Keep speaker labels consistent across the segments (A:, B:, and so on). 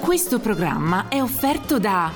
A: Questo programma è offerto da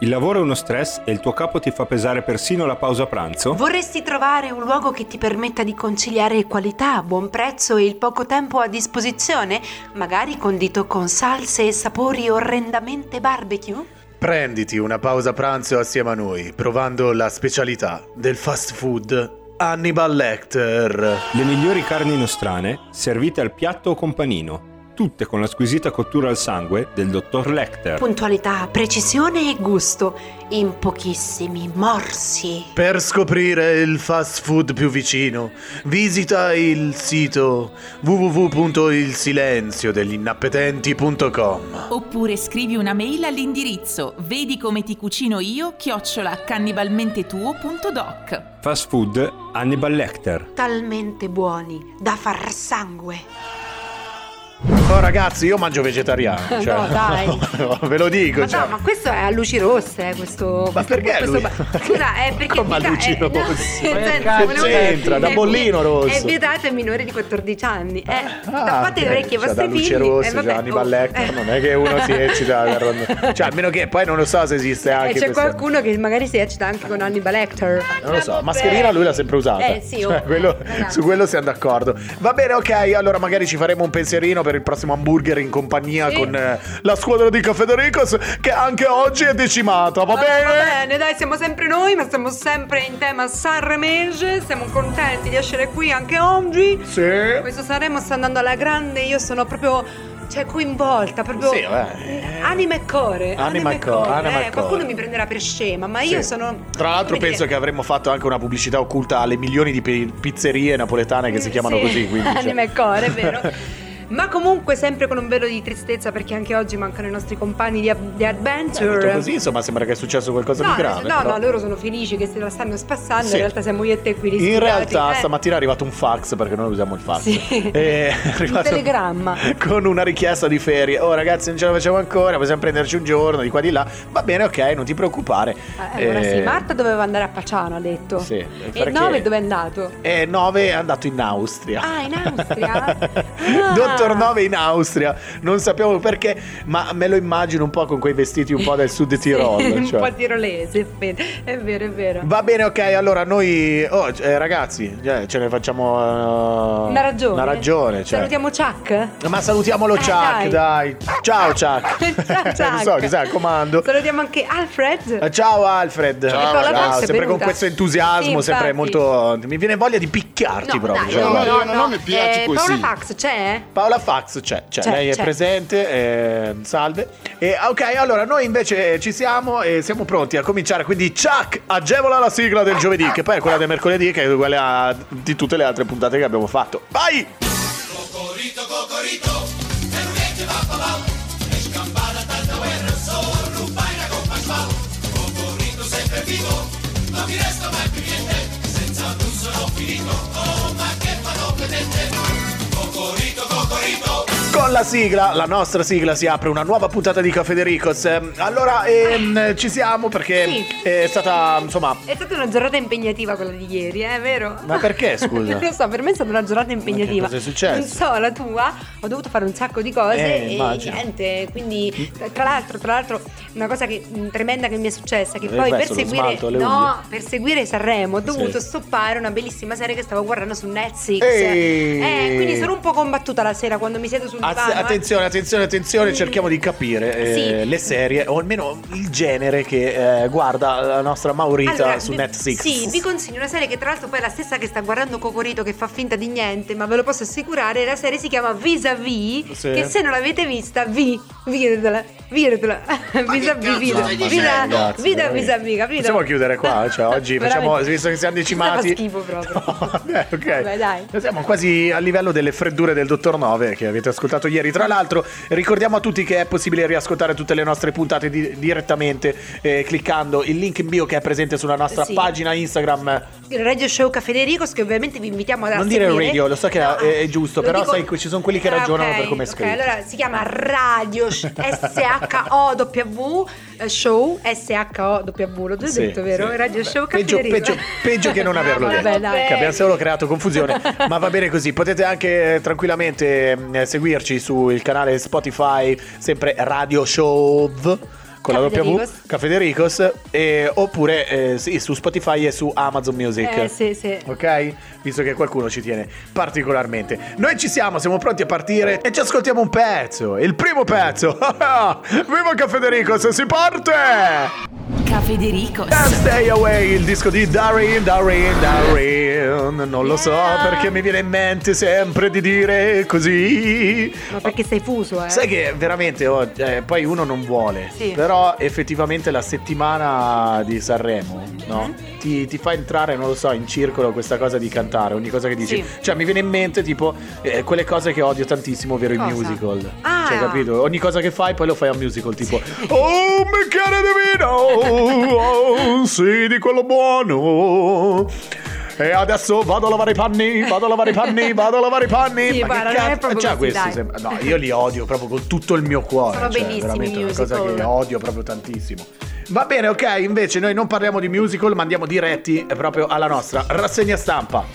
B: Il lavoro è uno stress e il tuo capo ti fa pesare persino la pausa pranzo?
C: Vorresti trovare un luogo che ti permetta di conciliare qualità, buon prezzo e il poco tempo a disposizione? Magari condito con salse e sapori orrendamente barbecue?
D: Prenditi una pausa pranzo assieme a noi, provando la specialità del fast food Hannibal Lecter.
B: Le migliori carni nostrane, servite al piatto o con panino, tutte con la squisita cottura al sangue del dottor Lecter.
C: Puntualità, precisione e gusto in pochissimi morsi.
D: Per scoprire il fast food più vicino, visita il sito www.ilsilenziodeglinappetenti.com.
A: oppure scrivi una mail all'indirizzo vedi come ti cucino io chiocciola cannibalmentetuo.doc.
B: Fast food Hannibal Lecter.
C: Talmente buoni da far sangue.
D: Oh ragazzi, io mangio vegetariano. Cioè,
C: No, dai.
D: ve lo dico.
C: Ma
D: cioè.
C: no, ma questo è a luci rosse, eh, questo.
D: Ma
C: questo-
D: perché
C: questo-
D: lui-
C: Scusa, è perché.
D: Come a
C: vieta-
D: luci
C: eh, no,
D: rosse?
C: nel senso,
D: cazzo
C: volevo
D: c'entra?
C: dire,
D: Da bollino
C: è-
D: rosso.
C: È vietato ai minori di 14 anni. Eh,
D: Ah,
C: tappate le
D: ok,
C: orecchie
D: cioè,
C: ai vostri
D: da
C: figli.
D: luce rosse,
C: eh, vabbè,
D: cioè, Hannibal
C: oh,
D: Lecter,
C: eh.
D: non è che uno si eccita per- cioè almeno che poi non lo so se esiste
C: Eh,
D: anche
C: c'è
D: questa-
C: qualcuno che magari si eccita anche con Hannibal Lecter.
D: non lo so, mascherina lui l'ha sempre usata.
C: Eh, sì, oh,
D: Cioè, quello-
C: esatto.
D: su quello siamo d'accordo. Va bene, ok, allora magari ci faremo un pensierino per il prossimo hamburger in compagnia
C: Sì.
D: con eh, la squadra di Cafedericos che anche oggi è decimata, va
C: Va
D: bene?
C: bene, dai, siamo sempre noi, ma siamo sempre in tema Sanremese. Siamo contenti di essere qui anche oggi.
D: Sì.
C: Questo Sanremo sta andando alla grande, io sono proprio cioè, coinvolta, proprio
D: Sì, vabbè.
C: anima e core.
D: Anima e core, anima e
C: eh, Qualcuno
D: core.
C: mi prenderà per scema, ma io
D: Sì.
C: sono...
D: Tra l'altro
C: come
D: penso
C: dire,
D: che avremmo fatto anche una pubblicità occulta alle milioni di pi- pizzerie napoletane che si chiamano
C: Mm, sì,
D: così, quindi cioè.
C: Anima e core, è vero. Ma comunque sempre con un velo di tristezza perché anche oggi mancano i nostri compagni di, di
D: Beh, detto
C: adventure.
D: così, insomma, sembra che è successo qualcosa
C: No,
D: di grave.
C: no,
D: però-
C: no, loro sono felici che se la stanno spassando,
D: Sì.
C: in realtà siamo io e te qui
D: In
C: rischiati,
D: realtà
C: eh.
D: stamattina è arrivato un fax perché noi usiamo il fax.
C: Sì.
D: E- è
C: Un
D: arrivato-
C: telegramma.
D: Con una richiesta di ferie. Oh ragazzi, non ce la facciamo ancora, possiamo prenderci un giorno di qua di là. Va bene, ok, non ti preoccupare.
C: Eh, allora sì, Marta doveva andare a Paciano, ha detto.
D: Sì,
C: E
D: perché-
C: il 9 dove è andato?
D: E 9 è andato in Austria.
C: Ah, in Austria? Ah.
D: Dottor 9 in Austria. Non sappiamo perché, ma me lo immagino un po' con quei vestiti un po' del sud Tirol.
C: Sì, un
D: cioè.
C: po' tirolese, è vero, è vero. È vero.
D: Va bene, ok, allora noi... oh, eh, ragazzi, eh, ce ne facciamo... eh,
C: Una ragione.
D: Una ragione. Cioè.
C: Salutiamo Chuck.
D: Ma salutiamolo
C: Eh,
D: Chuck, dai. Ciao Chuck.
C: Ciao, Chuck.
D: Non so, chissà, comando.
C: Salutiamo anche Alfred.
D: Eh, Ciao Alfred.
C: Ciao, Nicola Alfred. Fox Ecco, è
D: sempre con
C: venuta.
D: questo entusiasmo,
C: Sì,
D: sempre
C: infatti.
D: molto mi viene voglia di picchiarti proprio.
C: dai,
D: cioè,
E: no,
D: guarda.
E: no, no, mi piace
C: eh,
E: così.
C: Paola Fax c'è?
D: Paola Fax c'è, c'è,
C: C'è,
D: lei è
C: c'è.
D: presente, eh, salve. E, ah, ok, allora noi invece eh, ci siamo e siamo pronti a cominciare. Quindi Chuck agevola la sigla del giovedì, che poi è quella del mercoledì, che è quella a- di tutte le altre puntate che abbiamo fatto. Vai! Con la sigla, la nostra sigla, si apre una nuova puntata di Caffè De Ricos. Eh, Allora, ehm, ci siamo perché eh,
C: Sì.
D: è stata, insomma...
C: È stata una giornata impegnativa quella di ieri, eh, è vero?
D: Ma perché, scusa?
C: non lo so, per me è stata una giornata impegnativa.
D: cosa è successo?
C: Non so, la tua, ho dovuto fare un sacco di cose
D: Eh,
C: e
D: immagino.
C: niente, quindi tra l'altro, tra l'altro una cosa che- mh, tremenda che mi è successa che
D: Hai
C: poi per
D: perso Eh, lo
C: seguire
D: smalto, le
C: No,
D: unghie?
C: per seguire Sanremo ho dovuto
D: Sì.
C: stoppare una bellissima serie che stavo guardando su Netflix.
D: Ehi.
C: Eh, quindi sono un po' combattuta la sera quando mi siedo sul
D: Azz-
C: divano. eh.
D: attenzione, attenzione, attenzione,
C: Mm.
D: cerchiamo di capire eh,
C: Sì.
D: le serie o almeno il genere che eh, guarda la nostra Maurita
C: Allora,
D: su
C: vi-
D: Netflix.
C: Sì, vi consiglio una serie che tra l'altro poi è la stessa che sta guardando Cocorito che fa finta di niente, ma ve lo posso assicurare, la serie si chiama Vis-a-vis,
D: Sì.
C: che se non l'avete vista, vi, virgola, virgola, vis-a-vis,
E: che cazzo
C: vida,
E: stai
C: vida,
E: dicendo?
C: vida,
D: Ragazzi, veramente.
C: vis-a-vis, capito?
D: Possiamo chiudere qua, cioè oggi facciamo,
C: Veramente.
D: visto che siamo decimati.
C: Fa schifo proprio.
D: No, vabbè, ok.
C: Vabbè, dai.
D: Siamo quasi a livello delle freddure del dottor 9 che avete ascoltato ieri. Tra l'altro, ricordiamo a tutti che è possibile riascoltare tutte le nostre puntate di- direttamente eh, cliccando il link in bio che è presente sulla nostra
C: Sì.
D: pagina Instagram.
C: Il Radio Show Caffè De Ricos che ovviamente vi invitiamo ad
D: Non dire
C: seguire.
D: radio, lo so che
C: No,
D: Eh, è- è giusto,
C: lo
D: però sai che ci sono quelli che
C: Ah,
D: ragionano
C: ok,
D: per come è
C: ok,
D: scritto.
C: allora si chiama Radio Sh- S-H-O-W eh, Show, S-H-O-W, l'ho già
D: Sì,
C: detto, vero?
D: sì.
C: Radio
D: Vabbè,
C: Show Caffè
D: peggio,
C: De Ricos.
D: peggio, peggio che non averlo
C: Vabbè,
D: detto.
C: dai. Eh,
D: Che abbiamo solo creato confusione. ma va bene così. Potete anche eh, tranquillamente mh, seguirci seguirci sul canale Spotify, sempre Radio Show con la
C: Caffè
D: W,
C: Dericos.
D: Caffè Dericos, e- oppure eh, sì, su Spotify e su Amazon Music.
C: Eh, sì, sì.
D: Ok? Visto che qualcuno ci tiene particolarmente. Noi ci siamo, siamo pronti a partire e ci ascoltiamo un pezzo. Il primo pezzo. Viva Caffè Dericos, si parte!
A: Cafedericos.
D: And Stay Away, il disco di Darin, Darin, Darin. Non lo so
C: Yeah.
D: perché mi viene in mente sempre di dire così.
C: Ma perché sei fuso, eh?
D: Sai che veramente oh, eh, poi uno non vuole,
C: Sì.
D: però effettivamente la settimana di Sanremo no?
C: Mhm.
D: ti, ti fa entrare, non lo so, in circolo questa cosa di cantare, ogni cosa che dici.
C: Sì.
D: Cioè mi viene in mente tipo eh, quelle cose che odio tantissimo, ovvero
C: Cosa?
D: i musical.
C: Ah.
D: Cioè capito? Ogni cosa che fai poi lo fai a un musical tipo Oh Michele Divino, oh sì di quello buono. E adesso vado a lavare i panni, vado a lavare i panni, vado a lavare i panni.
C: Sì,
D: Ma
C: guarda,
D: che
C: non è
D: cazzo-
C: proprio
D: Cioè,
C: così,
D: questi
C: dai.
D: sembra- No, io li odio proprio con tutto il mio cuore.
C: Sono
D: cioè,
C: bellissimi
D: veramente
C: i
D: una cosa
C: musical.
D: che odio proprio tantissimo. Va bene, ok, invece noi non parliamo di musical, ma andiamo diretti proprio alla nostra rassegna stampa.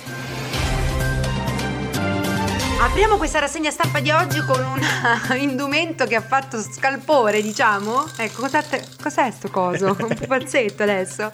C: Apriamo questa rassegna stampa di oggi con un indumento che ha fatto scalpore, diciamo. Ecco, guardate, cos'è sto coso? Un pupazzetto adesso.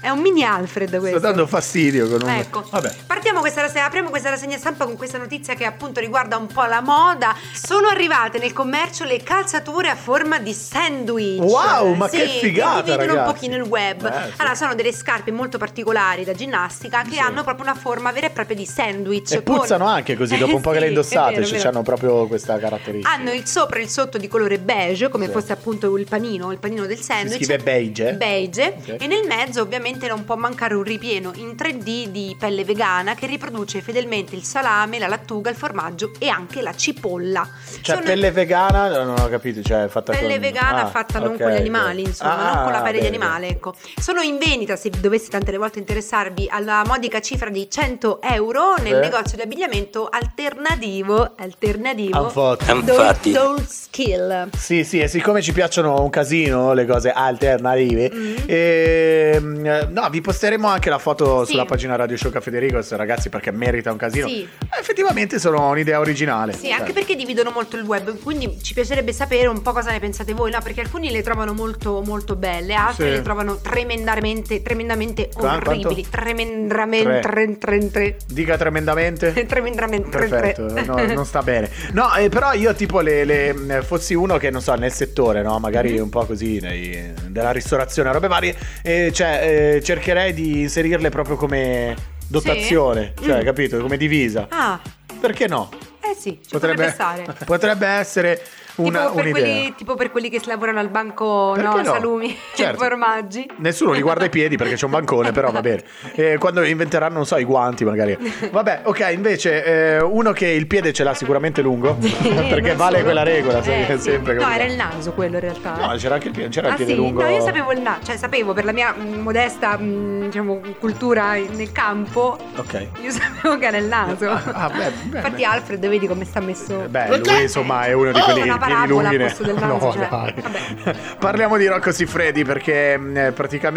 C: È un mini Alfred questo.
D: Sto dando fastidio con un...
C: Ecco,
D: Vabbè.
C: partiamo questa rassegna, apriamo questa rassegna stampa con questa notizia che appunto riguarda un po' la moda. Sono arrivate nel commercio le calzature a forma di sandwich.
D: Wow, ma che figata,
C: Che dividono un
D: ragazzi.
C: pochino il web.
D: Eh, sì.
C: Allora, sono delle scarpe molto particolari da ginnastica che
D: Sì.
C: hanno proprio una forma vera e propria di sandwich.
D: E puzzano anche così,
C: Eh
D: dopo un po' che le indossate, ci
C: hanno
D: hanno proprio questa caratteristica.
C: hanno il sopra e il sotto di colore beige, come
D: Sì.
C: fosse appunto il panino, il panino del sandwich.
D: scrive beige, eh?
C: Beige.
D: Ok.
C: E nel mezzo ovviamente non può mancare un ripieno in 3D di pelle vegana che riproduce fedelmente il salame, la lattuga, il formaggio e anche la cipolla.
D: Cioè,
C: Sono-
D: pelle vegana, no, non ho capito, cioè è fatta
C: Pelle
D: con-
C: vegana
D: Ah,
C: fatta non
D: ok,
C: con gli animali,
D: ok.
C: insomma, non
D: Ah,
C: con la pelle di
D: bene.
C: animale, ecco. Sono in vendita, se dovesse tante le volte interessarvi, alla modica cifra di 100 euro nel
D: Eh.
C: negozio di abbigliamento alternativo, alternativo,
D: Han fatto.
E: Infatti.
C: Soul Skill.
D: Sì, sì, e siccome ci piacciono un casino le cose alternative,
C: Mm-hmm.
D: ehm, eh, no, vi posteremo anche la foto
C: Sì.
D: sulla pagina Radio Show Caffè De Rigos, ragazzi, perché merita un casino.
C: Sì.
D: Eh, Effettivamente sono un'idea originale.
C: Sì, anche
D: Cioè,
C: perché dividono molto il web, quindi ci piacerebbe sapere un po' cosa ne pensate voi, no? Perché alcuni le trovano molto molto belle, altri
D: Sì.
C: le trovano tremendamente, tremendamente
D: Qua-
C: orribili.
D: quanto?
C: Tremendamente, tre, tre, tre.
D: Dica tremendamente.
C: tremendamente, tre,
D: Perfetto,
C: tre.
D: no, non sta bene. No, eh, però io tipo le, le- mh, fossi uno che non so, nel settore, no? Magari
C: Mm-hmm.
D: un po' così nei- della ristorazione, robe varie, eh, cioè eh, cercherei di inserirle proprio come dotazione,
C: Sì?
D: cioè,
C: Mm.
D: capito, come divisa.
C: Ah,
D: Perché no?
C: eh sì, ci potrebbe, stare.
D: potrebbe essere una,
C: tipo, per
D: un'idea.
C: quelli, tipo per quelli che lavorano al banco,
D: Perché
C: no,
D: no?
C: salumi e
D: Certo.
C: formaggi.
D: Nessuno li guarda i piedi perché c'è un bancone, però va bene. Eh, quando inventeranno, non so, i guanti magari. Vabbè, ok, invece eh, uno che il piede ce l'ha sicuramente lungo, perché
C: non
D: vale
C: solo.
D: quella regola se-
C: Eh, sì.
D: sempre.
C: No,
D: capito?
C: era il naso quello in realtà. eh.
D: No, c'era anche il piede, c'era
C: Ah
D: il piede
C: sì?
D: lungo.
C: No, io sapevo il naso, cioè sapevo per la mia mh, modesta mh, diciamo, cultura nel campo,
D: Ok.
C: io sapevo che era il naso.
D: Ah, ah, beh, beh,
C: Infatti
D: beh.
C: Alfred vedi come sta messo.
D: Eh, Beh, lui insomma è uno di
C: Esatto. Oh,
D: quelli
C: una
D: che piedi
C: parabola
D: lunghi
C: al
D: ne-
C: posto del naso,
D: No,
C: cioè.
D: dai.
C: Vabbè.
D: Parliamo di Rocco Siffredi perché mh,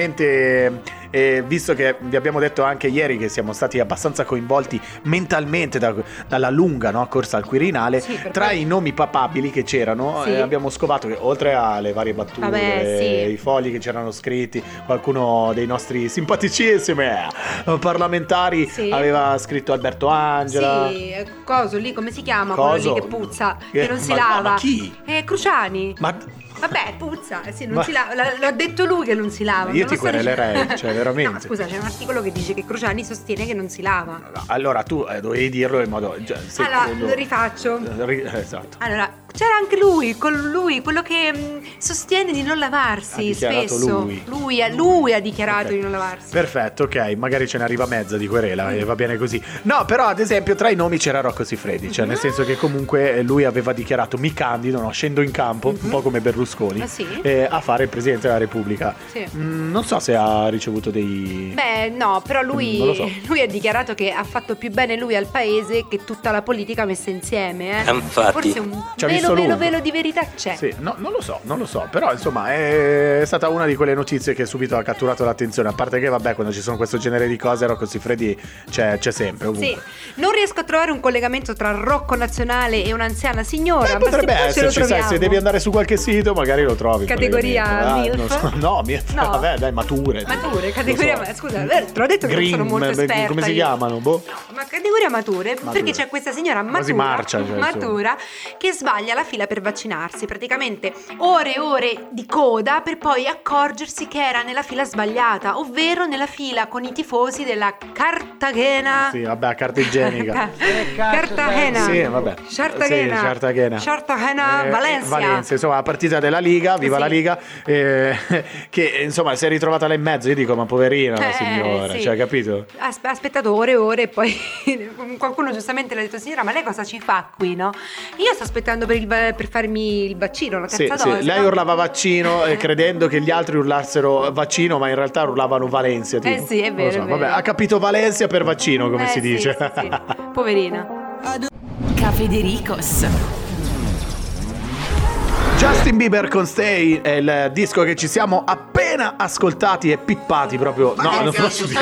D: praticamente, eh, visto che vi abbiamo detto anche ieri che siamo stati abbastanza coinvolti mentalmente da- dalla lunga no, corsa al Quirinale,
C: Sì, per
D: tra
C: cui-
D: i nomi papabili che c'erano
C: Sì.
D: eh, abbiamo scovato che oltre alle varie battute,
C: Vabbè, sì.
D: i fogli che c'erano scritti, qualcuno dei nostri simpaticissimi eh, parlamentari
C: Sì.
D: aveva scritto Alberto Angela.
C: Sì, eh, coso lì, come si chiama?
D: Coso?
C: Quello lì che puzza,
D: Eh,
C: che non si
D: ma-
C: lava.
D: ma chi?
C: Eh, Cruciani.
D: Ma
C: Vabbè, puzza, eh sì, non
D: Ma-
C: si lava. L'ha- L'ha detto lui che non si lava.
D: Io
C: non
D: ti
C: lo sto dicendo-
D: querelerei, cioè, veramente.
C: No, scusa, c'è un articolo che dice che Cruciani sostiene che non si lava.
D: Allora tu eh, dovevi dirlo in modo. Cioè, se-
C: allora,
D: quello-
C: lo rifaccio.
D: Eh, ri- eh, Esatto.
C: Allora, c'era anche lui, con lui, quello che mh, sostiene di non lavarsi
D: Ha dichiarato
C: spesso.
D: lui.
C: Lui, ha- lui ha dichiarato
D: Ok.
C: di non lavarsi.
D: Perfetto, ok, magari ce ne arriva mezza di querela e va bene così. No, però ad esempio tra i nomi c'era Rocco Siffredi, cioè nel senso che comunque eh, lui aveva dichiarato mi candido, no, scendo in campo, un po' come Berlusconi,
C: Ah, sì?
D: eh, a fare il Presidente della Repubblica.
C: Sì.
D: Mm, non so se ha ricevuto dei...
C: Beh, no, però
D: Mm, Non
C: lui,
D: lo so.
C: lui ha dichiarato che ha fatto più bene lui al paese che tutta la politica messa insieme. Eh.
E: Infatti.
C: Forse un
D: Cioè, mi
C: vero
D: senso
C: velo, velo,
D: lungo.
C: velo di verità c'è.
D: Sì, no, non lo so, non lo so, però insomma è stata una di quelle notizie che subito ha catturato l'attenzione, a parte che vabbè quando ci sono questo genere di cose Rocco Siffredi c'è, c'è sempre ovunque.
C: Sì, non riesco a trovare un collegamento tra Rocco Nazionale e un'anziana
D: Beh,
C: signora. ma se
D: Eh, potrebbe
C: poi ce lo
D: esserci, sai, se
C: troviamo.
D: devi andare su qualche sito magari lo trovi.
C: Categoria
D: praticamente.
C: MILF?
D: non so, no, MILF,
C: No.
D: vabbè dai, mature.
C: Mature,
D: Lo
C: categoria.
D: so.
C: ma Scusa, eh, te l'ho detto che
D: Green,
C: non sono molto
D: beh,
C: esperta.
D: come si
C: io.
D: chiamano? Boh.
C: Ma categoria mature,
D: Mature.
C: perché c'è questa signora matura,
D: Quasi marcia, cioè, insomma.
C: matura che sbaglia la fila per vaccinarsi, praticamente ore e ore di coda per poi accorgersi che era nella fila sbagliata, ovvero nella fila con i tifosi della Cartagena.
D: Sì, vabbè, carta
C: Ah.
D: igienica.
C: Cartagena.
D: Sì, vabbè.
C: Cartagena.
D: Sì, Cartagena.
C: Cartagena,
D: Eh,
C: Valencia.
D: Valencia, insomma, la partita della Liga, viva
C: Sì.
D: la Liga, eh, che insomma si è ritrovata là in mezzo, io dico ma poverina la
C: Eh,
D: signora,
C: sì.
D: cioè capito?
C: Aspe- Ha aspettato ore e ore e poi qualcuno giustamente le ha detto signora ma lei cosa ci fa qui no? Io sto aspettando per, il va- per farmi il vaccino, la
D: Sì,
C: terza
D: sì,
C: dose.
D: lei
C: no?
D: urlava vaccino eh, credendo che gli altri urlassero vaccino, ma in realtà urlavano Valencia. Tipo.
C: Eh sì, è
D: Non lo
C: vero,
D: so,
C: è vero.
D: Vabbè, ha capito Valencia per vaccino, come
C: Eh,
D: si
C: sì,
D: dice.
C: sì, sì. Poverina.
A: Cafedericos.
D: Justin Bieber con Stay è il disco che ci siamo appena ascoltati e pippati proprio. no, non posso dire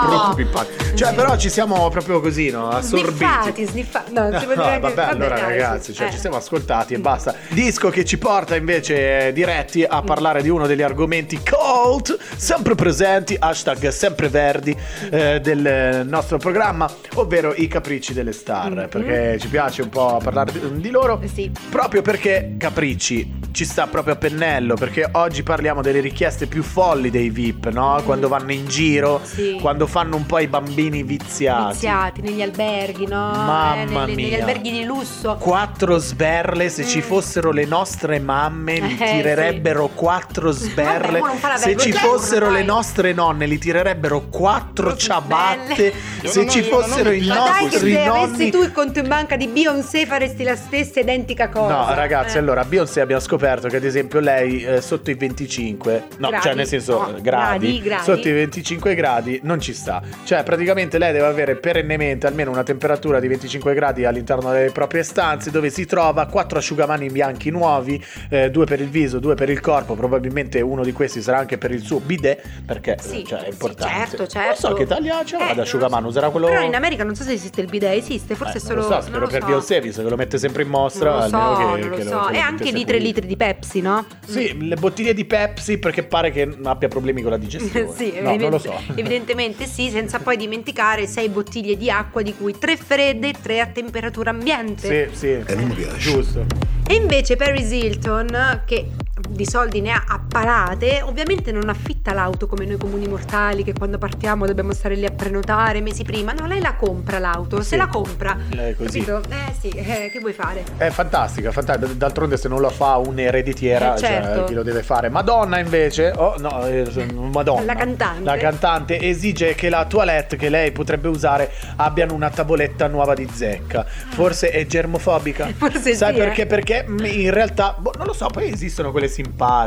D: proprio pippati. Cioè, però ci siamo proprio così, no? Assorbiti.
C: Sniffati, sniffati. No, non si può
D: No,
C: dire
D: vabbè,
C: anche-
D: allora
C: dai,
D: ragazzi,
C: sì.
D: cioè,
C: Eh.
D: ci siamo ascoltati e basta. Disco che ci porta invece eh, diretti
C: Mm.
D: a parlare di uno degli argomenti cult, sempre presenti, hashtag sempre verdi, eh, del eh, nostro programma, ovvero i capricci delle star,
C: Mm-hmm.
D: perché ci piace un po' parlare di- di loro.
C: Sì.
D: Proprio perché Capricci ci sta proprio a pennello, perché oggi parliamo delle richieste più folli dei VIP, no? Quando vanno in giro,
C: Sì.
D: quando fanno un po' i bambini viziati.
C: Viziati negli alberghi, no?
D: Mamma
C: Eh, nelle-
D: mia.
C: Negli alberghi di lusso.
D: Quattro sberle, se ci fossero le nostre mamme, li
C: Mm. Eh,
D: tirerebbero quattro
C: Vabbè,
D: sberle.
C: uno non fa la
D: se ci
C: vergogna,
D: fossero
C: ormai.
D: le nostre nonne, li tirerebbero quattro
C: Quattro
D: ciabatte.
C: sberle.
D: Se ci fossero i
C: Ma dai che
D: nostri
C: se avessi
D: nonni.
C: tu il conto in banca di Beyoncé faresti la stessa identica cosa.
D: No, ragazzi,
C: Eh.
D: allora Beyoncé abbiamo scoperto che ad esempio lei eh, sotto i 25, no,
C: Gradi,
D: cioè nel senso
C: no,
D: eh, gradi,
C: gradi, gradi.
D: sotto i 25 gradi non ci sta. Cioè, praticamente lei deve avere perennemente almeno una temperatura di 25 gradi all'interno delle proprie stanze dove si trova quattro asciugamani bianchi nuovi, eh, due per il viso, due per il corpo, probabilmente uno di questi sarà anche per il suo bidet perché eh,
C: Sì,
D: cioè, è
C: sì,
D: importante.
C: certo, certo.
D: Non so che taglia c'ha,
C: Eh,
D: ad asciugamano userà quello
C: Però in America non so se esiste il bidet, esiste, forse
D: eh,
C: è
D: non
C: solo
D: lo so, spero
C: non lo
D: per
C: so.
D: Beyoncé, visto che lo mette sempre in mostra,
C: Non lo so,
D: almeno che,
C: non lo
D: che
C: so.
D: che
C: E anche
D: sia
C: di 3
D: pulito.
C: litri di Pepsi, no?
D: Sì, le bottiglie di Pepsi perché pare che abbia problemi con la digestione.
C: sì,
D: no, non lo
C: evidente-
D: so.
C: evidentemente sì, senza poi dimenticare 6 bottiglie di acqua, di cui 3 fredde e 3 a temperatura ambiente.
D: Sì, sì.
E: Eh, non mi piace.
D: Giusto.
C: E invece Paris Hilton, che di soldi ne ha a palate, ovviamente non affitta l'auto come noi comuni mortali che quando partiamo dobbiamo stare lì a prenotare mesi prima. No, lei la compra l'auto, se
D: Sì.
C: la compra.
D: Eh, così.
C: Capito? Eh sì, eh, che vuoi fare?
D: È fantastica, fantastica. D'altronde se non la fa un'ereditiera,
C: Eh, certo.
D: cioè, chi lo deve fare? Madonna invece, oh no, eh, Madonna.
C: La cantante.
D: La cantante esige che la toilette che lei potrebbe usare abbiano una tavoletta nuova di zecca. Forse è germofobica.
C: Forse
D: Sai
C: sì, eh.
D: perché? Perché mm, in realtà, boh, non lo so, poi esistono quelle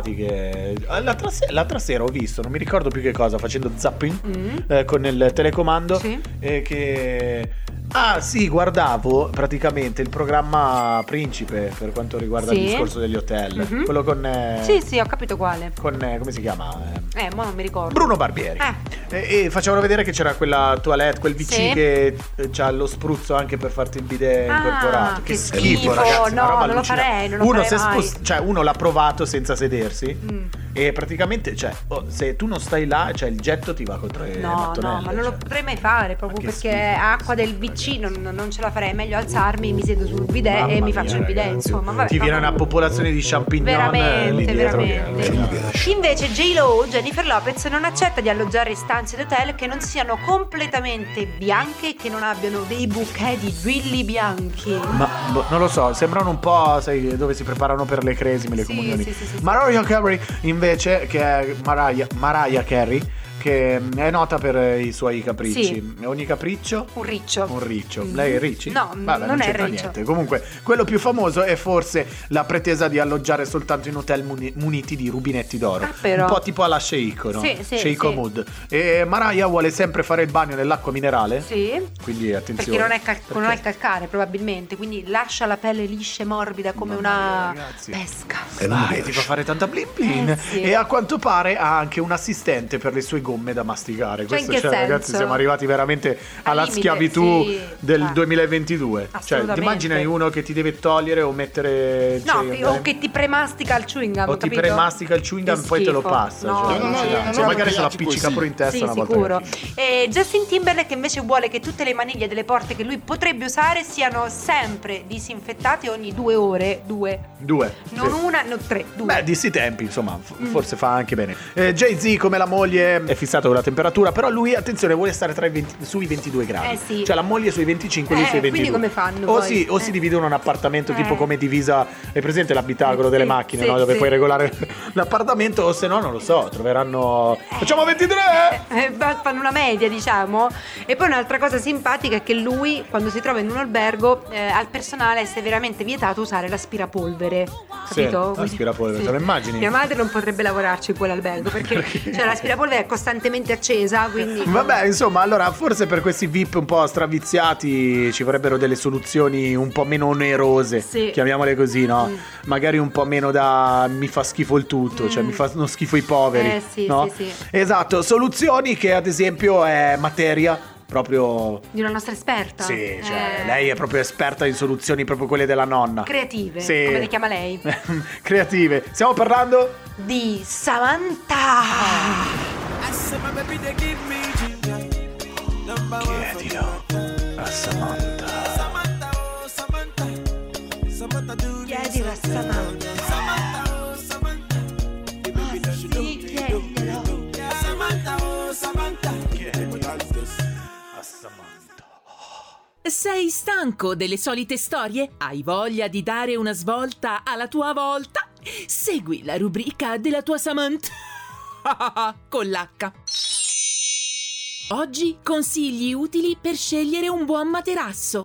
D: simpatiche. L'altra, se- l'altra sera ho visto, non mi ricordo più che cosa, facendo zapping
C: Mm.
D: eh, con il telecomando,
C: Sì.
D: eh, che... Ah sì, guardavo praticamente il programma Principe per quanto riguarda
C: Sì.
D: il discorso degli hotel,
C: Mhm.
D: quello con... eh,
C: Sì, sì, ho capito quale.
D: con eh, come si chiama? Eh,
C: Eh, mo non mi ricordo.
D: Bruno Barbieri.
C: Eh,
D: E, e facevano vedere che c'era quella toilette, quel VC
C: Sì.
D: che eh, c'ha lo spruzzo anche per farti il bidet
C: Ah,
D: incorporato.
C: che
D: Che schifo,
E: schifo,
D: ragazzi.
C: no,
D: una roba
C: non lo
D: allucinante.
C: farei, non lo
D: uno,
C: farei
D: si è
C: mai.
D: spost- cioè, uno l'ha provato senza sedersi.
C: mm.
D: E praticamente, cioè, oh, se tu non stai là, cioè il getto ti va contro le
C: No, no,
D: mattonelle.
C: ma non lo
D: Eh, cioè.
C: potrei mai fare proprio
D: Ma che
C: perché
D: schifo,
C: acqua del
D: ragazzi.
C: vicino non, non ce la farei. Meglio alzarmi, mi siedo sul bidet
D: Mamma
C: eh, e mi
D: mia,
C: faccio il bidet.
D: ragazzi. eh.
C: Insomma, vabbè,
D: Ti viene
C: no.
D: una popolazione di champignon eh, lì
C: Veramente,
D: dietro. che-
C: veramente. Invece J-Lo, Oh, Jennifer Lopez, non accetta di alloggiare in stanze d'hotel che non siano completamente bianche e che non abbiano dei bouquet di grilli bianchi.
D: Ma boh, non lo so, sembrano un po', sai, dove si preparano per le cresime, le
C: Sì,
D: comunioni.
C: sì, sì, sì, sì.
D: Mariah Carey, invece, che è Mariah, Mariah Carey, che mm, è nota per i suoi capricci.
C: Sì.
D: Ogni capriccio
C: Un riccio.
D: un riccio.
C: Mm.
D: Lei è ricci?
C: No,
D: Vabbè,
C: non è
D: c'entra
C: riccio.
D: niente. Comunque, quello più famoso è forse la pretesa di alloggiare soltanto in hotel muni- muniti di rubinetti d'oro.
C: Ah, però.
D: Un po' tipo alla Sheiko, no?
C: Sì, sì,
D: Sheiko
C: sì.
D: Mood. E Mariah vuole sempre fare il bagno nell'acqua minerale.
C: Sì.
D: Quindi attenzione.
C: Perché non è, cal- non è
D: Perché?
C: calcare probabilmente, quindi lascia la pelle liscia e morbida come
D: Mamma mia,
C: una
D: ragazzi.
C: pesca.
D: Vai, ti fa fare tanta blin blin
C: Eh, sì.
D: e a quanto pare ha anche un assistente per le sue gomme da masticare. Questo,
C: Cioè, in che senso?
D: ragazzi, siamo arrivati veramente
C: Al
D: alla
C: limite,
D: schiavitù
C: sì.
D: del
C: Ah.
D: 2022. Cioè,
C: Assolutamente.
D: ti immagini uno che ti deve togliere o mettere il
C: No,
D: chewing
C: o
D: gum?
C: che ti premastica il chewing gum,
D: Cioè, O ti
C: capito?
D: premastica il chewing gum,
C: Che
D: poi te lo
C: schifo.
D: passa.
C: No,
D: cioè,
E: Io
D: non
E: no, no,
D: ce l'ha.
E: io non
D: Cioè,
E: ho
D: magari se lo
E: ampliati
D: appiccica
E: così.
D: pure in testa
C: Sì,
D: una volta.
C: sicuro.
D: che-
C: E Justin Timberlake invece vuole che tutte le maniglie delle porte che lui potrebbe usare siano sempre disinfettate ogni due ore, due,
D: Due.
C: non
D: sì.
C: una, non tre, due.
D: Beh, di sti tempi, insomma, f-
C: Mm.
D: forse fa anche bene. Eh, Jay-Z, come la moglie, è fissato con la temperatura, però lui, attenzione, vuole stare tra i 20 sui 22 gradi.
C: Eh, sì.
D: Cioè la moglie sui 25, lui
C: Eh,
D: sui 22.
C: quindi come fanno
D: O,
C: poi?
D: si, o
C: Eh.
D: si dividono un appartamento, tipo
C: Eh.
D: come divisa, è presente l'abitacolo delle
C: Sì,
D: macchine,
C: sì,
D: no? Dove
C: sì.
D: puoi regolare l'appartamento, o se no, non lo so, troveranno... Facciamo 23!
C: Eh, beh, fanno una media diciamo e poi un'altra cosa simpatica è che lui quando si trova in un albergo eh, al personale è severamente vietato usare l'aspirapolvere capito?
D: Sì, l'aspirapolvere,
C: Sì.
D: te lo immagini?
C: mia madre non potrebbe lavorarci in quell'albergo perché cioè, l'aspirapolvere è costantemente accesa quindi
D: Vabbè, insomma, allora forse per questi VIP un po' straviziati ci vorrebbero delle soluzioni un po' meno onerose,
C: Sì.
D: chiamiamole così, no?
C: Mm.
D: Magari un po' meno da mi fa schifo il tutto, cioè
C: Mm.
D: mi fanno schifo i poveri.
C: Eh, sì,
D: no?
C: sì, sì.
D: Esatto, soluzioni che ad esempio è materia proprio...
C: di una nostra esperta
D: Sì, cioè,
C: Eh,
D: lei è proprio esperta in soluzioni proprio quelle della nonna.
C: creative
D: Sì. Eh,
C: come le chiama lei
D: Creative. Stiamo parlando...
C: di Samantha
D: Chiedilo a Samantha.
C: chiedilo a Samantha Ah, sì, chiedilo.
A: Sei stanco delle solite storie? Hai voglia di dare una svolta alla tua volta? Segui la rubrica della tua Samantha con l'H. Oggi consigli utili per scegliere un buon materasso.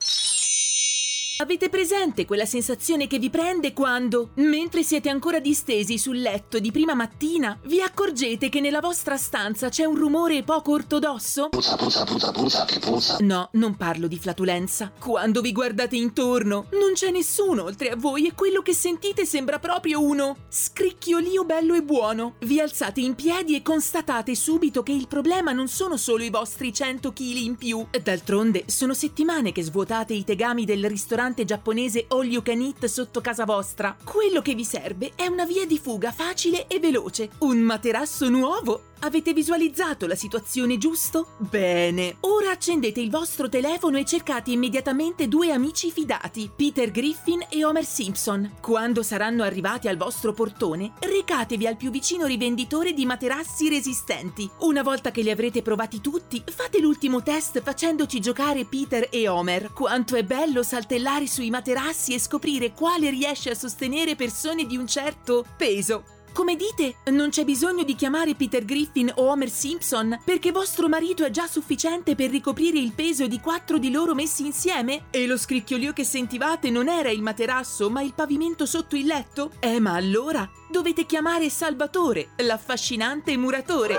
A: Avete presente quella sensazione che vi prende quando, mentre siete ancora distesi sul letto di prima mattina, vi accorgete che nella vostra stanza c'è un rumore poco ortodosso?
F: Puzza, puzza, puzza, puzza, che puzza.
A: No, non parlo di flatulenza. Quando vi guardate intorno, non c'è nessuno oltre a voi e quello che sentite sembra proprio uno scricchiolio bello e buono. Vi alzate in piedi e constatate subito che il problema non sono solo i vostri 100 kg in più. D'altronde, sono settimane che svuotate i tegami del ristorante giapponese All You Can Eat sotto casa vostra. Quello che vi serve è una via di fuga facile e veloce, un materasso nuovo. Avete visualizzato la situazione giusto? Bene. Ora accendete il vostro telefono e cercate immediatamente due amici fidati, Peter Griffin e Homer Simpson. Quando saranno arrivati al vostro portone, recatevi al più vicino rivenditore di materassi resistenti. Una volta che li avrete provati tutti, fate l'ultimo test facendoci giocare Peter e Homer. Quanto è bello saltellare sui materassi e scoprire quale riesce a sostenere persone di un certo peso. Come dite, non c'è bisogno di chiamare Peter Griffin o Homer Simpson perché vostro marito è già sufficiente per ricoprire il peso di quattro di loro messi insieme? E lo scricchiolio che sentivate non era il materasso, ma il pavimento sotto il letto? Eh, ma allora dovete chiamare Salvatore, l'affascinante muratore.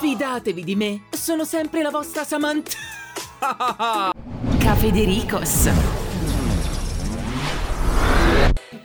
A: Fidatevi di me, sono sempre la vostra Samantha. Cafedericos.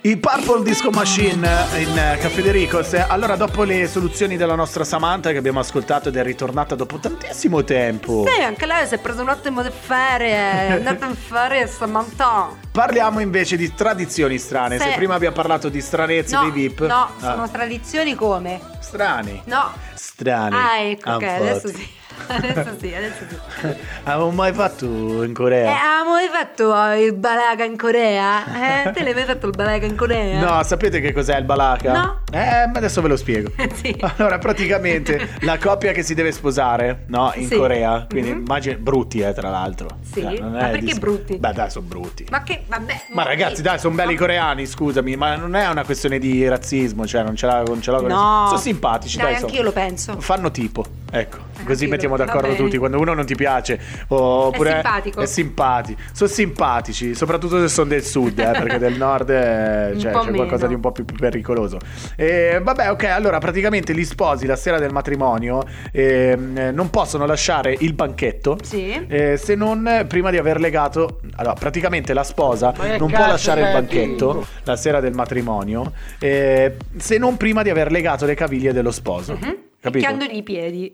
D: I Purple Disco Machine in eh, Caffè De Ricos. Allora, dopo le soluzioni della nostra Samantha che abbiamo ascoltato ed è ritornata dopo tantissimo tempo,
C: Sì, anche lei si è preso un attimo di ferie, è andata in ferie a Samantha.
D: parliamo invece di tradizioni strane.
C: Sì.
D: Se prima abbiamo parlato di stranezze
C: No,
D: dei VIP,
C: no,
D: Ah,
C: sono tradizioni come?
D: strani.
C: No.
D: Strani.
C: Ah, ecco, ok,
D: Un po'.
C: adesso sì. adesso sì, adesso sì.
D: Avevo mai fatto in
C: Eh,
D: Corea.
C: amo, hai fatto eh, il balaga in Corea? Eh, te l'hai mai fatto il balaga in Corea?
D: No, sapete che cos'è il balaka?
C: No.
D: Eh, ma adesso ve lo spiego.
C: Sì.
D: Allora, praticamente la coppia che si deve sposare, no? In
C: Sì.
D: Corea. Quindi
C: Mhm.
D: immagino brutti, eh, tra l'altro.
C: Sì?
D: Cioè, non
C: Ma
D: è
C: perché
D: dis-
C: brutti?
D: Beh, dai, sono brutti. Ma...
C: Ma che, vabbè.
D: ragazzi, dai, sono belli i coreani, scusami, ma non è una questione di razzismo, cioè non ce la non ce l'ho con
C: No.
D: Sono simpatici,
C: Dai,
D: dai, sono-
C: anch'io lo penso.
D: Fanno tipo, ecco, così
C: Anch'io,
D: mettiamo
C: va
D: d'accordo
C: bene.
D: tutti, quando uno non ti piace oppure
C: È simpatico.
D: È simpatico. Sono simpatici, soprattutto se sono del sud, eh, perché del nord eh,
C: Un
D: cioè,
C: po'
D: c'è qualcosa
C: meno.
D: di un po' più più pericoloso. E, vabbè, ok, allora praticamente li sposi la sera del matrimonio, ehm, eh, non possono lasciare il banchetto.
C: Sì.
D: eh, se non eh, prima di aver legato, allora praticamente la sposa
E: Ma che
D: non può
E: cazzo
D: lasciare il
E: stai a
D: banchetto
E: dire?
D: la sera del matrimonio eh, se non prima di aver legato le caviglie dello sposo.
C: Mhm.
D: Capito?
C: Piccandogli i piedi.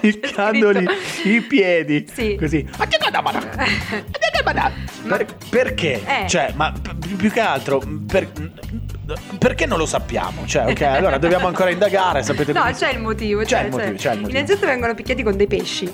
D: Piccandoli i piedi.
C: Sì.
D: Così. Per- perché?
C: Eh.
D: Cioè, ma p- più che altro, per- perché non lo sappiamo? Cioè, ok, allora dobbiamo ancora indagare, sapete
C: No,
D: benissimo.
C: c'è il motivo.
D: C'è
C: cioè,
D: il
C: cioè,
D: motivo, c'è il motivo. Eh.
C: Innanzitutto vengono picchiati con dei pesci.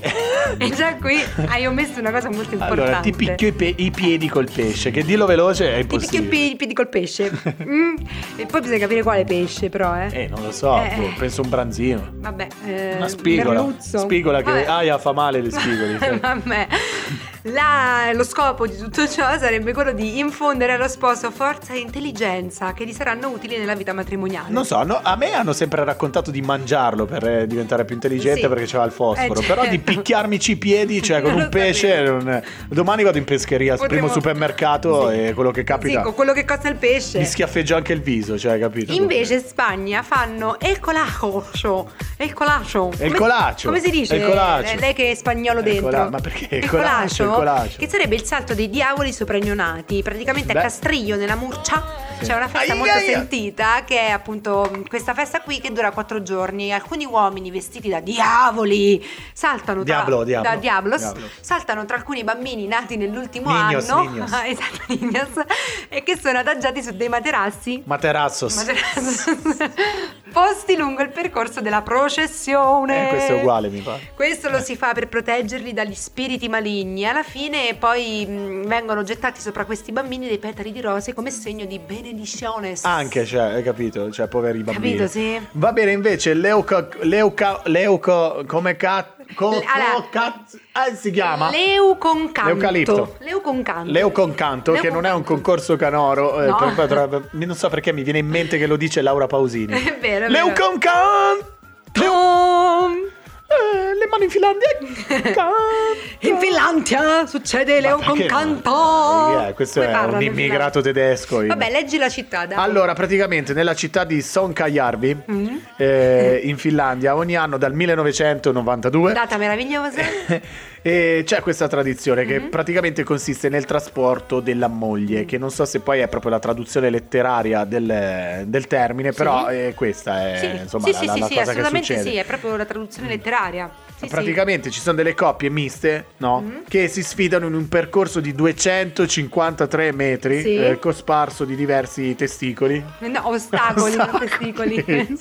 C: e già qui hai omesso una cosa molto importante.
D: Allora, ti picchio i, pe- i piedi col pesce, che dillo veloce è
C: Ti picchio
D: impossibile.
C: i piedi, i piedi col pesce. Mm. E poi bisogna capire quale pesce, però, eh.
D: Eh, non lo so,
C: Eh.
D: boh, penso un branzino.
C: Vabbè, eh,
D: Una spigola.
C: merluzzo.
D: Spigola che
C: Vabbè.
D: aia fa male le cioè. spigole. sai.
C: Vabbè. La- lo scopo di tutto ciò sarebbe quello di infondere allo sposo forza e intelligenza che gli saranno utili nella vita matrimoniale.
D: Non so, no, a me hanno sempre raccontato di mangiarlo per eh, diventare più intelligente
C: Sì.
D: perché c'era il fosforo,
C: Eh, certo.
D: però di picchiarmici i piedi, cioè con
C: Non
D: un
C: lo
D: pesce,
C: sapevo.
D: non- domani vado in pescheria, al
C: Potremmo-
D: primo supermercato
C: Sì.
D: e quello che
C: Sì,
D: capita
C: con quello che costa il pesce.
D: mi schiaffeggio anche il viso, cioè capito?
C: Invece in Spagna fanno el colacho. El colacho.
D: El colacho.
C: Come si dice? Eh,
D: El colacho.
C: Lei che è spagnolo
D: El
C: dentro.
D: cola- ma perché el
C: El
D: colacho,
C: colacho?
D: el colacho?
C: Che sarebbe il salto dei diavoli sopragnonati. Praticamente
D: Beh.
C: a Castriglio, nella Murcia, c'è una festa
D: Ai,
C: molto
D: ai, ai.
C: sentita che è appunto mh, questa festa qui che dura quattro giorni. Alcuni uomini vestiti da diavoli saltano tra-
D: Diablo, diablo.
C: da diablos,
D: Diablo.
C: saltano tra alcuni bambini nati nell'ultimo
D: Niños,
C: anno.
D: niños.
C: esatto, niños, e che sono adagiati su dei materassi
D: Materassos.
C: Materassi. Posti lungo il percorso della processione.
D: Eh, questo è uguale, mi pare.
C: Questo lo si fa per proteggerli dagli spiriti maligni. Alla fine poi mh, vengono gettati sopra questi bambini dei petali di rose come segno di benedizione.
D: Anche, cioè, hai capito? Cioè, poveri bambini.
C: Capito, sì.
D: Va bene, invece, Leuco... Leuco... Leuco... Come cazzo... Co...
C: Allora,
D: co- cazzo... eh, si chiama?
C: Leuconcanto.
D: Leucalipto.
C: Leuconcanto.
D: Leo Concanto, che non è un concorso canoro. eh,
C: No.
D: tra- tra- tra- non so perché mi viene in mente che lo dice Laura Pausini.
C: È vero,
D: Leo
C: è vero. Oh.
D: Concanto!
C: Tom.
D: Eh, le mani in Finlandia! Can-
C: In Finlandia succede
D: Ma perché
C: Leuconcanto.
D: no? Eh, questo
C: Come
D: è
C: parlano
D: un
C: in
D: immigrato tedesco. in-
C: Vabbè, leggi la città, dai.
D: Allora, praticamente nella città di Sonkajärvi,
C: Mm.
D: eh, in Finlandia, ogni anno dal 1992
C: Data meravigliosa.
D: e eh, c'è questa tradizione che
C: Mm-hmm.
D: praticamente consiste nel trasporto della moglie, che non so se poi è proprio la traduzione letteraria del, del termine, però eh, questa è
C: sì,
D: insomma
C: sì,
D: la,
C: sì,
D: la-
C: sì,
D: la
C: sì,
D: cosa che
C: assolutamente
D: succede. Mm.
C: sì, è proprio la traduzione letteraria. Sì,
D: Praticamente ci sono delle coppie miste, no?
C: Mm-hmm.
D: Che si sfidano in un percorso di 253 metri,
C: Sì.
D: eh, cosparso di diversi testicoli.
C: sì. Eh, No, ostacoli, non
D: Ostacoli.
C: testicoli.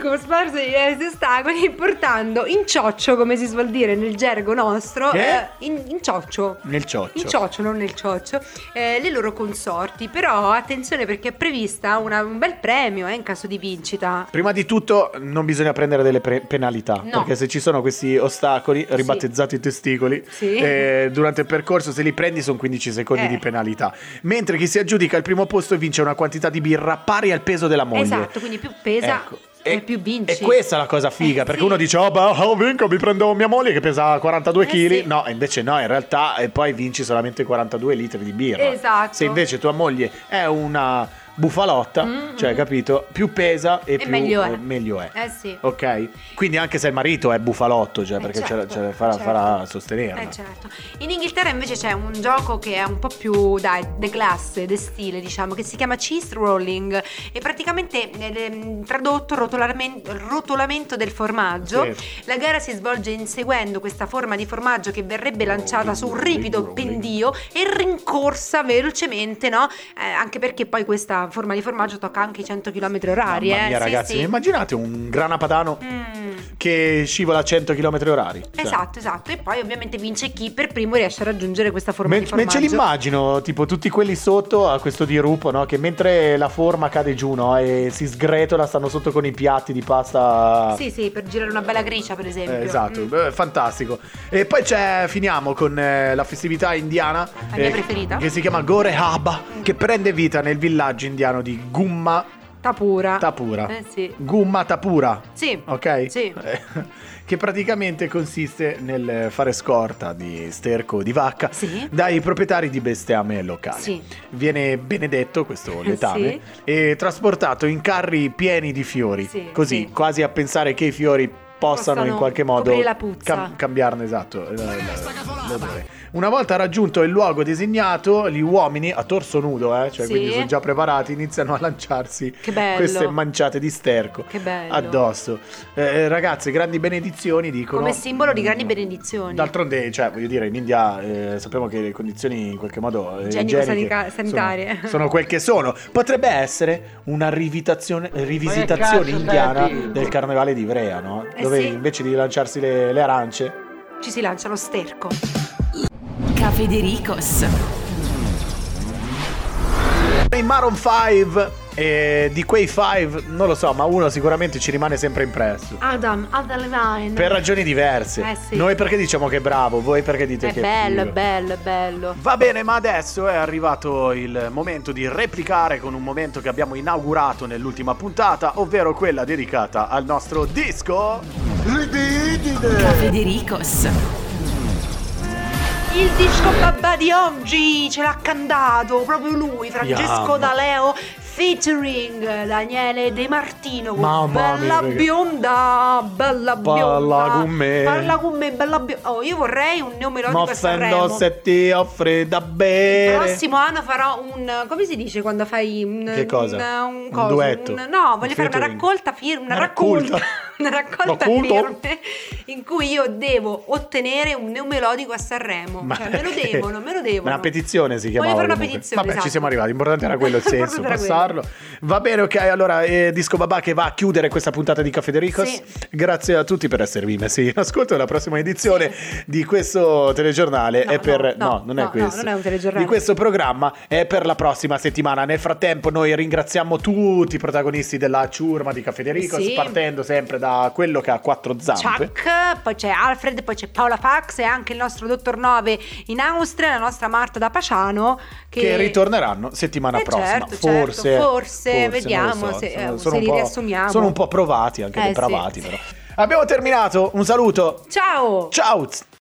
C: Come sparso di diversi ostacoli, portando in cioccio, come si suol dire nel gergo nostro,
D: Che?
C: eh, in, in cioccio.
D: Nel cioccio.
C: In cioccio, non nel cioccio, eh, le loro consorti. Però attenzione perché è prevista una- un bel premio eh, in caso di vincita.
D: Prima di tutto non bisogna prendere delle pre- penalità,
C: No.
D: perché se ci sono questi ostacoli, ribattezzati i testicoli,
C: Sì.
D: eh, durante il percorso se li prendi sono 15 secondi
C: Eh.
D: di penalità. Mentre chi si aggiudica il primo posto vince una quantità di birra pari al peso della moglie.
C: Esatto, quindi più pesa
D: Ecco.
C: e, più vinci.
D: E questa è la cosa figa,
C: Eh,
D: perché
C: sì.
D: uno dice, oh, bah, oh, vinco, mi prendo mia moglie che pesa 42
C: Eh,
D: kg.
C: sì.
D: No, invece no, in realtà e poi vinci solamente 42 litri di birra.
C: Esatto.
D: Ecco,
C: Mm,
D: Se invece tua moglie è una bufalotta, cioè capito, più pesa e,
C: E
D: più
C: meglio è.
D: eh, meglio è.
C: Eh sì.
D: Ok? Quindi anche se il marito è bufalotto, cioè perché ce la-
C: certo,
D: ce la farà,
C: certo.
D: farà sostenerla.
C: Eh certo. In Inghilterra invece c'è un gioco che è un po' più dai, de classe, de stile, diciamo, che si chiama cheese rolling e praticamente ehm, tradotto rotolamen- rotolamento del formaggio.
D: Sì.
C: La gara si svolge inseguendo questa forma di formaggio che verrebbe lanciata su un
D: Rolling,
C: ripido
D: rolling.
C: pendio e rincorsa velocemente, no? Eh, anche perché poi questa a forma di formaggio tocca anche i 100 km orari.
D: Mamma mia,
C: eh. Sì,
D: ragazzi,
C: sì.
D: immaginate un grana padano
C: Mm.
D: che scivola a 100 km orari. Cioè,
C: Esatto, esatto. E poi ovviamente vince chi per primo riesce a raggiungere questa forma
D: Me,
C: di
D: me
C: formaggio.
D: ce l'immagino, tipo tutti quelli sotto a questo dirupo, no? Che mentre la forma cade giù, no? E si sgretola, stanno sotto con i piatti di pasta.
C: Sì, sì, per girare una bella gricia, per esempio.
D: Ah. Eh, esatto,
C: Mm.
D: eh, fantastico. E poi c'è, finiamo con eh, la festività indiana. eh,
C: La mia preferita.
D: Che si chiama Gore Haba, che prende vita nel villaggio indiano di Gumma
C: Tapura.
D: Tapura.
C: Eh sì.
D: Gumma Tapura.
C: Sì.
D: Ok?
C: Sì.
D: Eh, Che praticamente consiste nel fare scorta di sterco di vacca
C: Sì.
D: dai proprietari di bestiame locali.
C: Sì.
D: Viene benedetto questo
C: Sì.
D: letame e trasportato in carri pieni di fiori,
C: Sì,
D: così
C: sì.
D: quasi a pensare che i fiori possano,
C: Possano
D: in qualche modo
C: coprire la puzza.
D: cambiarne esatto. eh, eh, l'odore. Una volta raggiunto il luogo designato, gli uomini a torso nudo, eh, cioè
C: Sì.
D: quindi sono già preparati, iniziano a lanciarsi
C: Che bello.
D: queste manciate di sterco
C: Che bello.
D: addosso. Eh, ragazze, grandi benedizioni dicono.
C: Come simbolo di grandi benedizioni.
D: D'altronde, cioè, voglio dire, in India eh, sappiamo che le condizioni in qualche modo eh,
C: Igienico-sanica-
D: igieniche
C: sanitarie.
D: sono, sono quel che sono. Potrebbe essere una rivitazione- rivisitazione
E: cazzo
D: indiana
E: stai a dire?
D: del carnevale di Ivrea, no?
C: Eh
D: Dove
C: sì.
D: invece di lanciarsi le, le arance,
C: Ci si lancia lo sterco.
A: Cafedericos.
D: I Maroon 5 eh, di quei 5, non lo so, ma uno sicuramente ci rimane sempre impresso.
C: Adam, Adam Levine.
D: Per ragioni diverse.
C: Eh sì.
D: Noi perché diciamo che è bravo, voi perché dite
C: È
D: che
C: bello, è
D: figo.
C: bello, è bello.
D: Va bene, ma adesso è arrivato il momento di replicare con un momento che abbiamo inaugurato nell'ultima puntata, ovvero quella dedicata al nostro disco.
A: Cafedericos.
C: Il disco babà di oggi ce l'ha cantato proprio lui, Francesco
D: Yamma.
C: D'Aleo, featuring Daniele De Martino. con
D: Mamma mia,
C: bella
D: raga.
C: bionda, bella bionda.
D: con me.
C: Parla con me, bella bionda. Oh, io vorrei un neomelodico a
D: M'offendo
C: Sanremo.
D: se ti offri da
C: Il
D: bere.
C: prossimo anno farò un. come si dice quando fai un.
D: Che cosa?
C: Un, un
D: Un
C: coso,
D: duetto?
C: un- no,
D: Un
C: voglio fare una
D: featuring?
C: raccolta firme. Una
D: Una
C: raccolta.
D: raccolta.
C: Una raccolta
D: Raccolto?
C: firme in cui io devo ottenere un neomelodico a Sanremo. Cioè, me lo
D: che-
C: devono, me lo devono.
D: Una petizione si chiamava.
C: Voglio fare una
D: comunque.
C: petizione.
D: Vabbè,
C: esatto.
D: ci siamo arrivati. L'importante era quello il senso,
C: L'importante era
D: passarlo. Va bene, ok. Allora, eh, Disco Babà che va a chiudere questa puntata di Caffè De Ricos.
C: Sì.
D: Grazie a tutti per esservi messi in ascolto. La prossima edizione di questo telegiornale
C: No,
D: è per.
C: no, no,
D: non
C: no,
D: è
C: no,
D: questo.
C: non è un telegiornale.
D: Di questo programma è per la prossima settimana. Nel frattempo, noi ringraziamo tutti i protagonisti della ciurma di Caffè De Ricos,
C: Sì.
D: partendo sempre da quello che ha quattro zampe.
C: Chuck, poi c'è Alfred, poi c'è Paola Fax e anche il nostro dottor Nove in Austria, la nostra Marta da Paciano che,
D: che ritorneranno settimana
C: Eh,
D: prossima.
C: certo,
D: forse,
C: certo, forse,
D: non lo
C: vediamo se- eh, se
D: un
C: li
D: po'-
C: riassumiamo.
D: Sono un po' provati, anche
C: Eh, sì.
D: depravati, però. Abbiamo terminato. Un saluto.
C: Ciao!
D: Ciao.